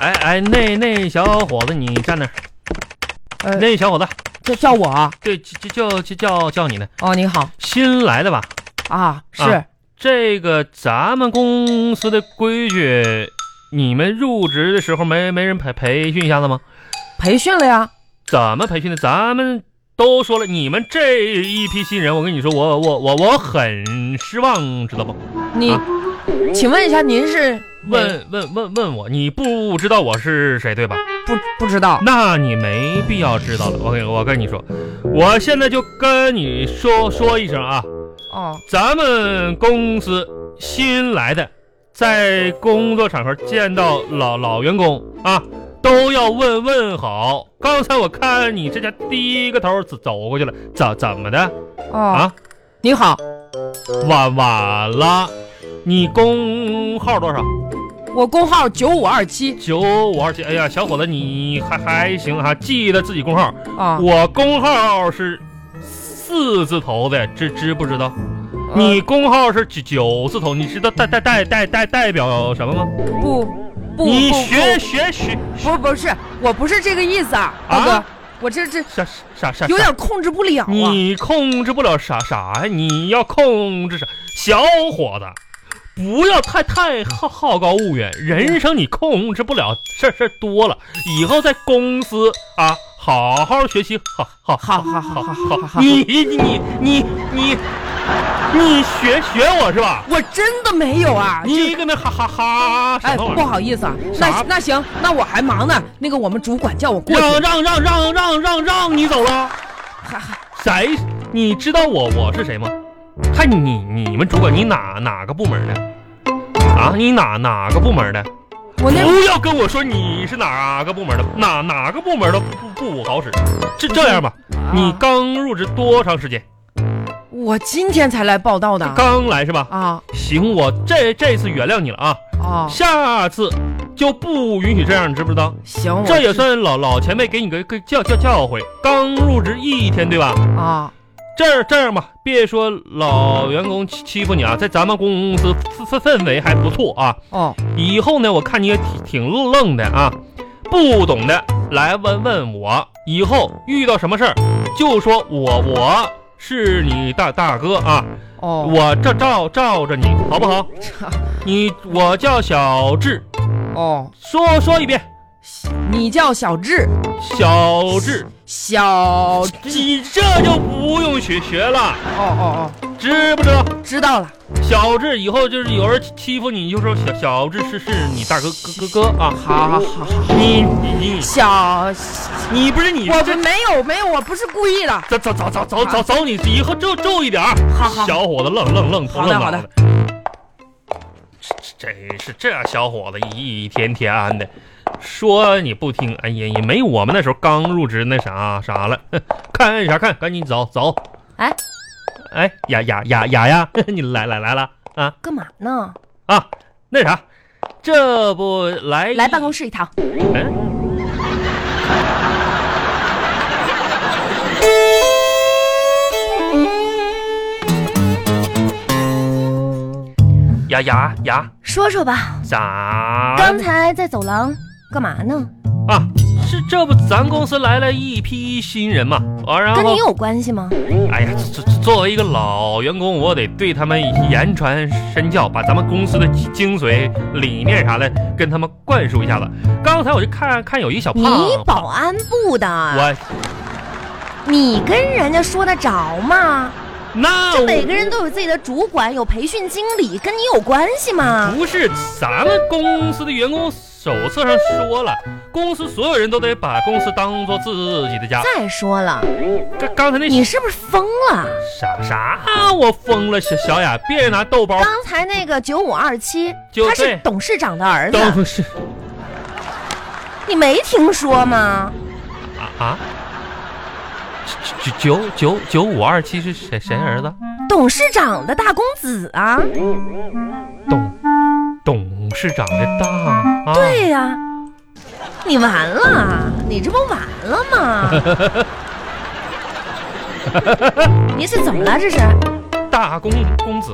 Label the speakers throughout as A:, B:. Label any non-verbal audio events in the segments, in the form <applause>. A: 哎哎，那那小伙子，你站那儿。
B: 呃，
A: 那小伙子，
B: 这叫我啊？
A: 对，叫叫叫叫叫你呢，
B: 哦，你好
A: 新来的吧？
B: 啊，是
A: 啊这个咱们公司的规矩，你们入职的时候没没人培培训一下子吗？
B: 培训了呀？
A: 怎么培训的？咱们都说了，你们这一批新人，我跟你说，我我我我很失望，知道不？
B: 你，
A: 啊
B: 请问一下，您是哪
A: 问问问问我，你不知道我是谁对吧？
B: 不不知道？
A: 那你没必要知道了。我跟我跟你说，我现在就跟你说说一声啊，
B: 哦，
A: 咱们公司新来的，在工作场合见到老老员工啊，都要问问好。刚才我看你这家低个头走走过去了，怎怎么的？
B: 哦，
A: 啊
B: 你好，
A: 晚晚了，你工号多少？
B: 我工号九五二七
A: 九五二七。哎呀，小伙子，你还还行哈、记得自己工号。
B: 啊。
A: 哦我工号是四字头的，知知不知道？
B: 呃
A: 你工号是九九字头，你知道代代代代代代表什么吗？
B: 不不不
A: 你学
B: 不
A: 学学
B: 不不是，我不是这个意思啊，大哥，我这这
A: 啥啥啥？
B: 有
A: 啥
B: 点控制不了啊。
A: 你控制不了啥啥呀？你要控制啥？小伙子，不要太太好好高骛远，人生你控制不了事儿事儿多了。以后在公司啊，好好学习，好好
B: 好好好好好好好，
A: 你你你你你学学我是吧？
B: 我真的没有啊。
A: 你搁那哈哈哈什
B: 哎，
A: 么玩
B: 不
A: 意儿？
B: 好意思啊，
A: 啥
B: 那那行，那我还忙呢。那个我们主管叫我过
A: 让
B: 去，
A: 让让让让让让你走了。
B: 还还
A: 谁？你知道我我是谁吗？看你你们主管，你哪哪个部门的？啊，你哪哪个部门的？
B: 我那
A: 不要跟我说你是哪个部门的，哪哪个部门的不不好使。这这样吧，你
B: 啊
A: 刚入职多长时间？
B: 我今天才来报道的
A: 刚来是吧？
B: 啊
A: 行，我这这次原谅你了啊，
B: 哦，
A: 下次就不允许这样，你知不知道？
B: 行，我
A: 这也
B: 知
A: 算老老前辈给你个个教教教诲。刚入职一天对吧？
B: 啊
A: 这样这样吧，别说老员工欺欺负你啊，在咱们公司氛氛氛围还不错啊。
B: 哦
A: 以后呢，我看你也挺挺愣的啊，不懂的来问问我。以后遇到什么事儿，就说我我是你大大哥啊，
B: 哦，
A: 我照照照着你好不好？你我叫小智，
B: 哦，
A: 说说一遍，
B: 你叫小智，
A: 小智，
B: 小智，
A: 你这就不用学学了，
B: 哦哦
A: 知不知道？
B: 哦，知道了，
A: 小智以后就是有人欺负你，你就说小小智是是你大哥哥哥哥啊！
B: 好好好好，
A: 你你
B: 小，
A: 你你不是你
B: 我
A: 这
B: 们没有没有，我不是故意的，
A: 走走走走走
C: 啊
A: 走走，你以后就注意点儿。
B: 好好
A: 小伙子愣愣愣头
B: 好的
A: 愣脑
B: 好的
A: 的，真是这小伙子一天天安的，说你不听，哎呀也没我们那时候刚入职那啥啥了， <laughs> 哼看啥看，赶紧走走。
B: 哎
A: 哎雅雅雅雅呀， <laughs> 你来来来了啊！
B: 干嘛呢？
A: 啊，那啥，这不来
B: 来办公室一趟。
A: 嗯呀呀呀！
C: 说说吧，
A: 咋
C: 刚才在走廊干嘛呢？
A: 啊？是这不咱公司来了一批新人嘛？啊，然
C: 跟
A: 后
C: 你有关系吗？
A: 哎呀，这这作为一个老员工，我得对他们言传身教，把咱们公司的精髓、理念啥的跟他们灌输一下子。刚才我就看看有一小
C: 你
A: 胖子，
C: 保啊安部的，
A: 啊我
C: 你跟人家说得着吗？
A: 那
C: 这每
A: 我
C: 个人都有自己的主管，有培训经理，跟你有关系吗？
A: 不是咱们公司的员工手册上说了，公司所有人都得把公司当做自己的家。
C: 再说了，
A: 刚刚才那
C: 你是不是疯了？
A: 啥啥、我疯了，小小雅，别拿豆包
C: 刚才那个九五二七，
A: 哦就
C: 他
A: 对
C: 是董事长的儿
A: 当
C: 子，
A: 是
C: 你没听说吗？
A: 啊啊！九九九九五二七是谁谁儿子？
C: 董事长的大公子啊，
A: 董董事长的大啊，，
C: 对呀、你完了，啊你这不完了
A: <laughs>
C: 吗？你是怎么了？这是
A: 大公公子，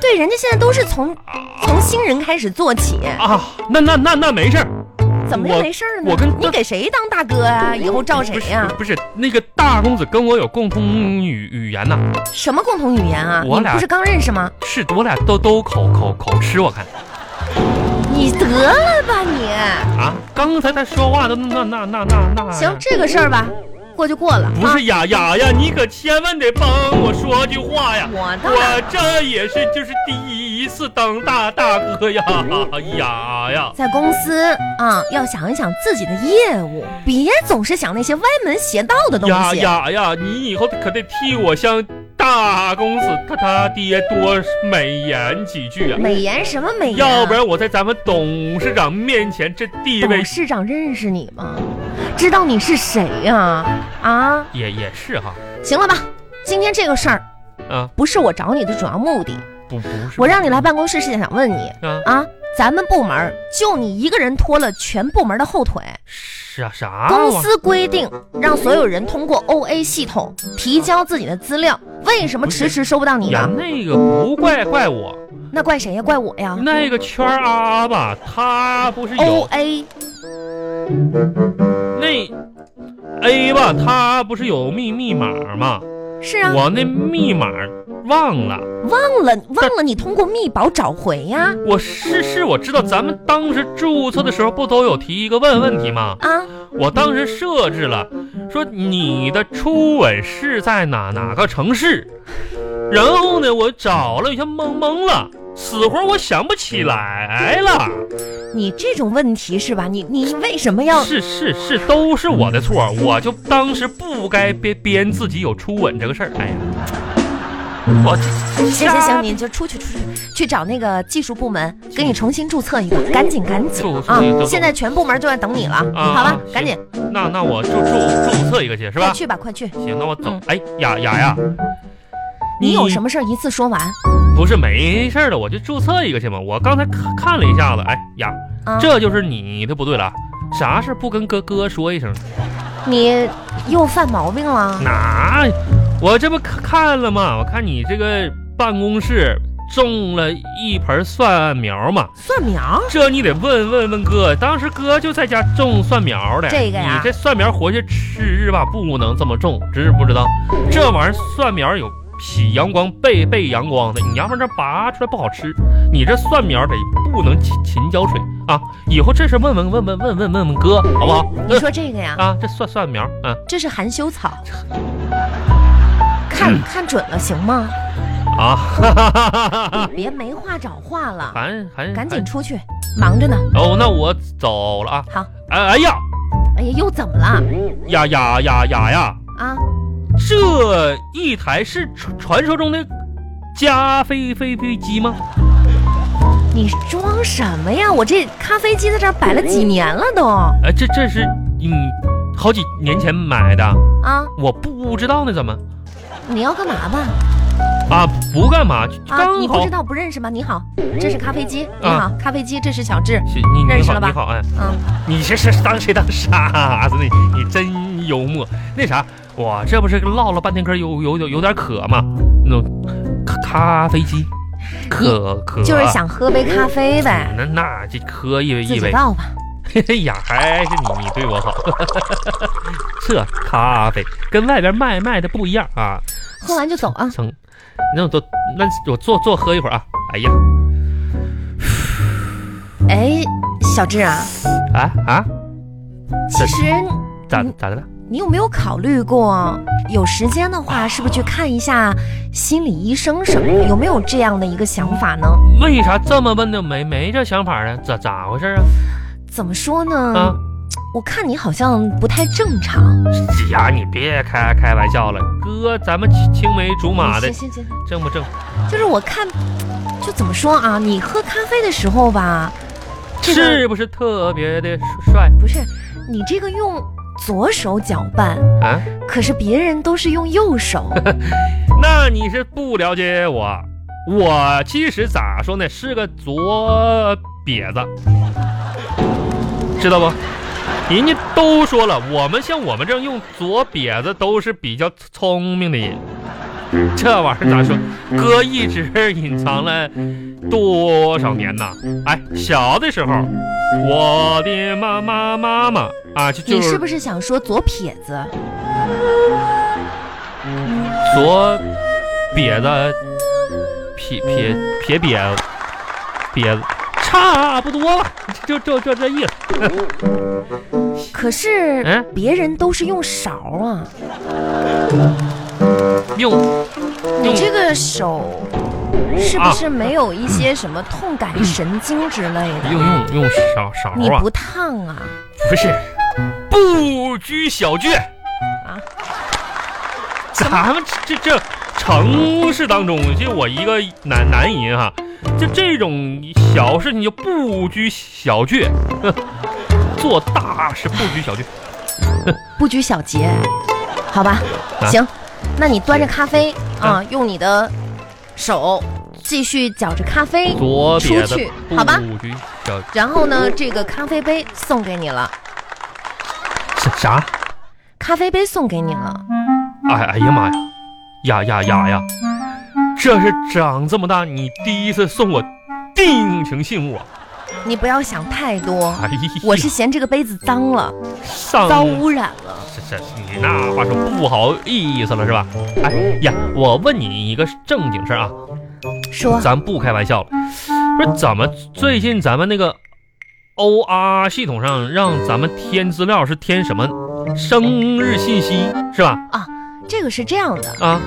C: 对，人家现在都是从从新人开始做起，
A: 啊，那那那那没事儿，
C: 怎么就没事儿呢？
A: 我跟
C: 你给谁当大哥啊？以后照谁
A: 不是
C: 呀、
A: 不是那个大公子跟我有共同语语言呐、
C: 什么共同语言啊？
A: 我
C: 你
A: 俩
C: 不是刚认识吗？
A: 是我俩都都口口口吃，我看
C: 你得了吧你！
A: 啊，刚才他说话的那那那那那
C: 行，这个事儿吧，过就过了。
A: 哎不
C: 啊
A: 是雅雅呀，你可千万得帮我说句话呀！
C: 我当然
A: 我这也是就是第一次当大大哥呀，雅呀，
C: 在公司啊，要想一想自己的业务，别总是想那些歪门邪道的东
A: 雅
C: 西。
A: 雅呀，你以后可得替我向大公子他他爹多美言几句啊，
C: 美颜什么美颜啊、
A: 要不然我在咱们董事长面前这地位
C: 董事长认识你吗？知道你是谁呀、啊？
A: 也也是哈
C: 行了吧，今天这个事儿
A: 啊，
C: 不是我找你的主要目的，
A: 不不是
C: 我让你来办公室是想问你
A: 啊
C: 啊，咱们部门就你一个人拖了全部门的后腿。
A: 啥啥啊玩
C: 公
A: 意
C: 司规定让所有人通过 OA 系统提交自己的资料，为什么迟迟收不到
A: 儿
C: 你啊
A: 呀
C: 呢？，
A: 那个不怪怪我，
C: 那怪谁呀？怪我呀
A: 那个圈儿啊吧，他不是有。
C: ！OA
A: 那 A 吧，他不是有密密码吗？
C: 是啊，
A: 我那密码忘了，
C: 忘了忘了你通过密保找回呀
A: 我是是我知道，咱们当时注册的时候不都有提一个问问题吗？
C: 啊！
A: 我当时设置了，说你的初吻是在哪哪个城市，然后呢，我找了一下懵懵了，死活我想不起来了。
C: 你这种问题是吧？你你为什么要
A: 是啊是是，都是我的错，我就当时不该编编自己有初吻这个事儿。哎呀，我这
C: 行行行，你就出去出去去找那个技术部门，给你重新注册一个，赶紧赶紧
A: 注册
C: 啊
A: 一个！
C: 现在全部门就在等你了，
A: 啊
C: 好吧
A: 行，
C: 赶紧
A: 那那我就注注册一个去，是
C: 快
A: 吧？
C: 去吧，快去！
A: 行，那我走
C: 嗯。
A: 哎，雅雅呀，
C: 你有什
A: 么？
C: 么事儿一次说完
A: 不是没事儿的，我就注册一个去嘛。我刚才看看了一下子，哎呀，
C: 啊？
A: 这就是你的不对了。啥事不跟哥哥说一声？
C: 你又犯毛病了。
A: 哪？我这不看看了吗？我看你这个办公室种了一盆蒜苗嘛，
C: 蒜苗，
A: 这你得问问问哥。当时哥就在家种蒜苗的，
C: 这个呀
A: 你这蒜苗回去吃吧，不能这么种，知不知道？这玩意儿蒜苗有喜阳光、背背阳光的，你要不然这拔出来不好吃。你这蒜苗得不能勤勤浇水啊！以后这事问问问问问问问问哥，好不好？
C: <laughs> 你说这个哎呀？
A: 啊，这蒜蒜苗，嗯、
C: 这是含
A: <laughs>
C: 羞草，看看准了行吗？
A: 啊，哈哈哈哈哈！
C: 别没话找话了，
A: 还还
C: 赶紧出去，忙着呢。
A: 哦，那我走了啊。
C: 好，
A: 哎哎呀
C: 哎呀，又怎么了
A: 呀呀呀呀呀！
C: 啊？
A: 这一台是传传说中的加菲菲飞机吗？
C: 你装什么呀？我这咖啡机在这儿摆了几年了都
A: 哎，这这是嗯，好几年前买的，
C: 啊！
A: 我不知道呢，怎么
C: 你要干嘛吧？
A: 啊？不干嘛，
C: 啊，
A: 刚
C: 你
A: 好
C: 不知。道不认识吗？你好，这是咖啡机，你
A: 啊
C: 好，咖啡机，这是小智，
A: 是你
C: 认
A: 你
C: 识
A: 好
C: 了吧
A: 你好哎，
C: 嗯，
A: 你这是当谁当傻子呢？你真幽默。 <laughs> 那啥，我这不是唠了半天嗑，有有有有点渴吗？那咖咖啡机，渴渴
C: 就是想喝杯咖啡呗，
A: 那那这喝一杯
C: 自
A: 一
C: 己
A: 杯，
C: 倒吧。
A: 嘿 <laughs> 嘿呀，还是你你对我好。这咖啡跟外边卖卖的不一样啊，
C: 喝完就走啊！
A: 成，那我坐那我坐坐喝一会儿啊。哎呀，
C: 哎，小智啊，
A: 啊啊，
C: 其实
A: 咋
C: 嗯
A: 咋的了？
C: 你有没有考虑过，有时间的话，是不是去看一下心理医生什么的？有没有这样的一个想法呢？
A: 为啥这么问呢？没没这想法呢？咋咋回事啊？
C: 怎么说呢？
A: 啊，
C: 我看你好像不太正常。
A: 哎呀，你别开开玩笑了，哥，咱们青青梅竹马的
C: 行，行行，
A: 正不正？
C: 就是我看，就怎么说啊？你喝咖啡的时候吧，这个
A: 是不是特别的帅
C: 不是你这个用左手搅拌，
A: 啊？
C: 可是别人都是用右手。
A: 那你是不了解我，我其实咋说呢，是个左瘪子，知道不？人家都说了，我们像我们这种用左瘪子都是比较聪明的人，这玩意儿咋说？
C: 嗯
A: 哥一直隐藏了多少年呐？哎，小的时候，我的妈妈妈妈啊， <laughs> 就就
C: 你是不是想说左撇子？
A: 左瘪的撇
C: 嗯
A: 撇撇瘪瘪子，差不多了，就就就这意思。
C: 可是
A: 嗯
C: 别人都是用勺啊，
A: 用
C: 你
A: 用
C: 这个手是不
A: 嗯啊嗯
C: 是没有一些什么痛感神经之类的？
A: 用用用勺勺
C: 你
A: 啊
C: 不？烫啊？
A: 不是，不拘小节
C: 啊
A: 啊。咱们这这这城市当中，就我一个男男人哈，就这种小事情就不拘小节，哼做大事不拘小节。
C: 不拘小节，好吧，
A: 啊
C: 行，那你端着咖啡
A: 嗯
C: 啊，用你的手继续搅着咖啡，
A: 左撇
C: 哎出
A: 子
C: 去，
A: 不
C: 好吧
A: 拘小节
C: 然后呢，这个咖啡杯送给你了，
A: 啥？
C: 咖啡杯送给你了，
A: 哎哎呀妈呀，呀呀呀呀！这是长这么大你第一次送我定情信物啊！
C: 你不要想太多。
A: 哎呀，嗯
C: 我是嫌这个杯子脏了，
A: 上
C: 遭污染了。
A: 这这你那话说不好意思了是吧？哎呀，我问你一个正经事儿啊，
C: 说
A: 咱不开玩笑了，说怎么最近咱们那个 O R 系统上让咱们填资料是填什么生日信息是吧？
C: 这个是这样的，
A: 啊，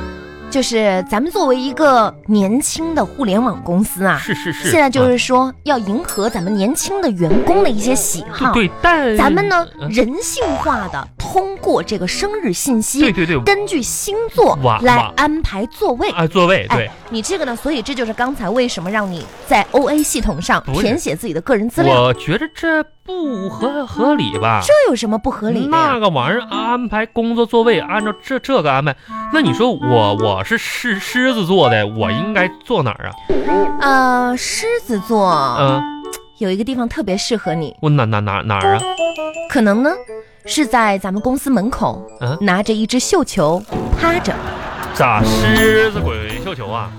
C: 就是咱们作为一个年轻的互联网公司啊，
A: 是是是，
C: 现在就
A: 啊
C: 是说要迎合咱们年轻的员工的一些喜好。
A: 啊对对，但
C: 咱们呢
A: 嗯
C: 人性化的通过这个生日信
A: 对
C: 息，
A: 对对，
C: 根据星座
A: 哇
C: 来
A: 哇
C: 安排座位。
A: 啊座位对
C: 哎。，你这个呢，所以这就是刚才为什么让你在 O A 系统上
A: 不是
C: 填写自己的个人资料，
A: 我觉得这不合合理吧？
C: 这有什么不合理的呀
A: 那？个玩意儿安排工作座位，按照这这个安排，那你说我我是狮狮子座的，我应该坐哪儿啊？
C: 呃，狮子座、
A: 嗯、
C: 有一个地方特别适合你，
A: 我哪哪哪哪儿啊？
C: 可能呢是在咱们公司门口，
A: 嗯
C: 拿着一只绣球趴着，
A: 咋狮子滚绣球啊？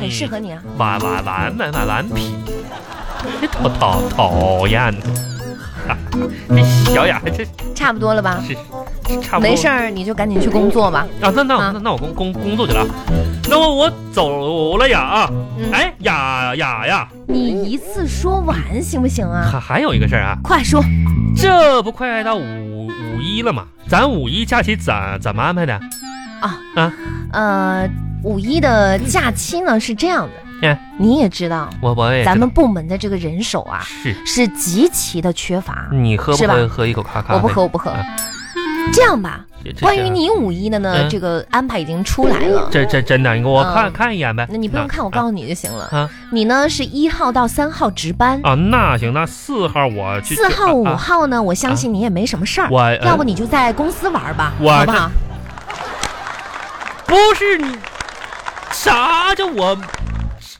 C: 很适合你啊。
A: 玩玩玩玩玩顽皮，这讨讨讨厌 <laughs> 的。哈这小雅这
C: 差不多了吧？
A: 是是差不多。
C: 没事儿，你就赶紧去工作吧。
A: 啊，那那我
C: 啊
A: 那那我工工工作去了啊。那么我走了呀啊！
C: 嗯
A: 哎雅雅呀，
C: 你一次说完行不行啊？
A: 还还有一个事儿啊，
C: 快说，
A: 这不快到五五一了吗？咱五一假期怎怎么安排的？
C: 呃，五一的假期呢是这样的
A: 嗯，
C: 你也知道，
A: 我我也
C: 咱们
A: 知
C: 部门的这个人手
A: 道
C: 啊
A: 是
C: 是极其的缺乏。
A: 你喝不
C: 是吧
A: 喝喝一口嗯咖咖啡？
C: 我不喝，我不喝
A: 啊。
C: 这样吧，
A: 这。这
C: 关于你五一的呢，
A: 嗯
C: 这个安排已经出来了。
A: 这嗯这真的，你给我
C: 嗯
A: 看看一眼呗。
C: 那你不用看，我告
A: 诉
C: 诉你就行了。
A: 啊
C: 你呢是一号到三号值班，
A: 啊，那行，那四号我去
C: 四号、五，
A: 啊
C: 号呢，我相信你也没什么事儿
A: 啊。我
C: 要不
A: 呃
C: 你就在公司玩吧，
A: 我
C: 好不好？
A: 不是你啥这我。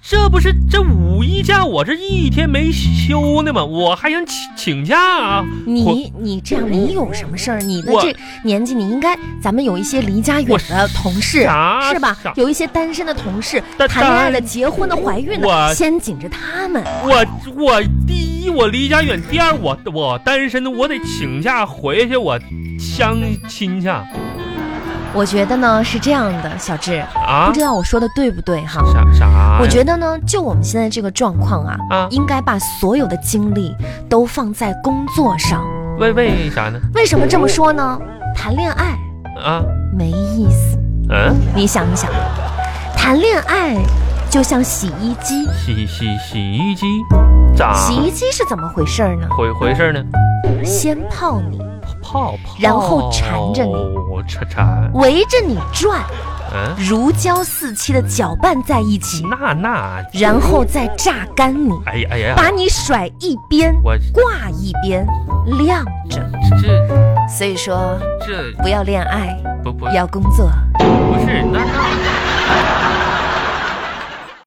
A: 这不是这五一假，我这一天没休呢吗？我还想请请假啊！我
C: 你你这样，你有什么事儿？你的
A: 我
C: 这年纪，你应该，咱们有一些离家远
A: 我
C: 的同事
A: 啥
C: 是吧
A: 啥？
C: 有一些单身的同事，
A: 但
C: 谈恋爱的、
A: 但
C: 结婚的、怀孕的，
A: 我
C: 先紧着他们。
A: 我我第一我离家远，第二我我单身的，我得请假回去我相亲去啊！
C: 我觉得呢是这样的，小智，
A: 啊
C: 不知道我说的对不对哈？
A: 啥啥呀？
C: 我觉得呢，就我们现在这个状况啊，
A: 啊
C: 应该把所有的精力都放在工作上。
A: 为为啥呢？
C: 为什么这么说呢？谈恋爱
A: 啊
C: 没意思。
A: 嗯，
C: 你想一想，谈恋爱就像洗衣机，
A: 洗洗洗衣机咋
C: 洗衣机是怎么回事儿呢？
A: 回回事呢？
C: 先泡你，
A: 泡泡，
C: 然后缠着你
A: 我缠缠
C: 围着你转，
A: 嗯，
C: 如胶似漆的搅拌在一起，
A: 那那
C: 然后再榨干你，
A: 哎呀哎呀，
C: 把你甩一边，
A: 我
C: 挂一边，晾着。
A: 这
C: 所以说，
A: 这
C: 不要恋爱，
A: 不不
C: 要工作。
A: 不是那那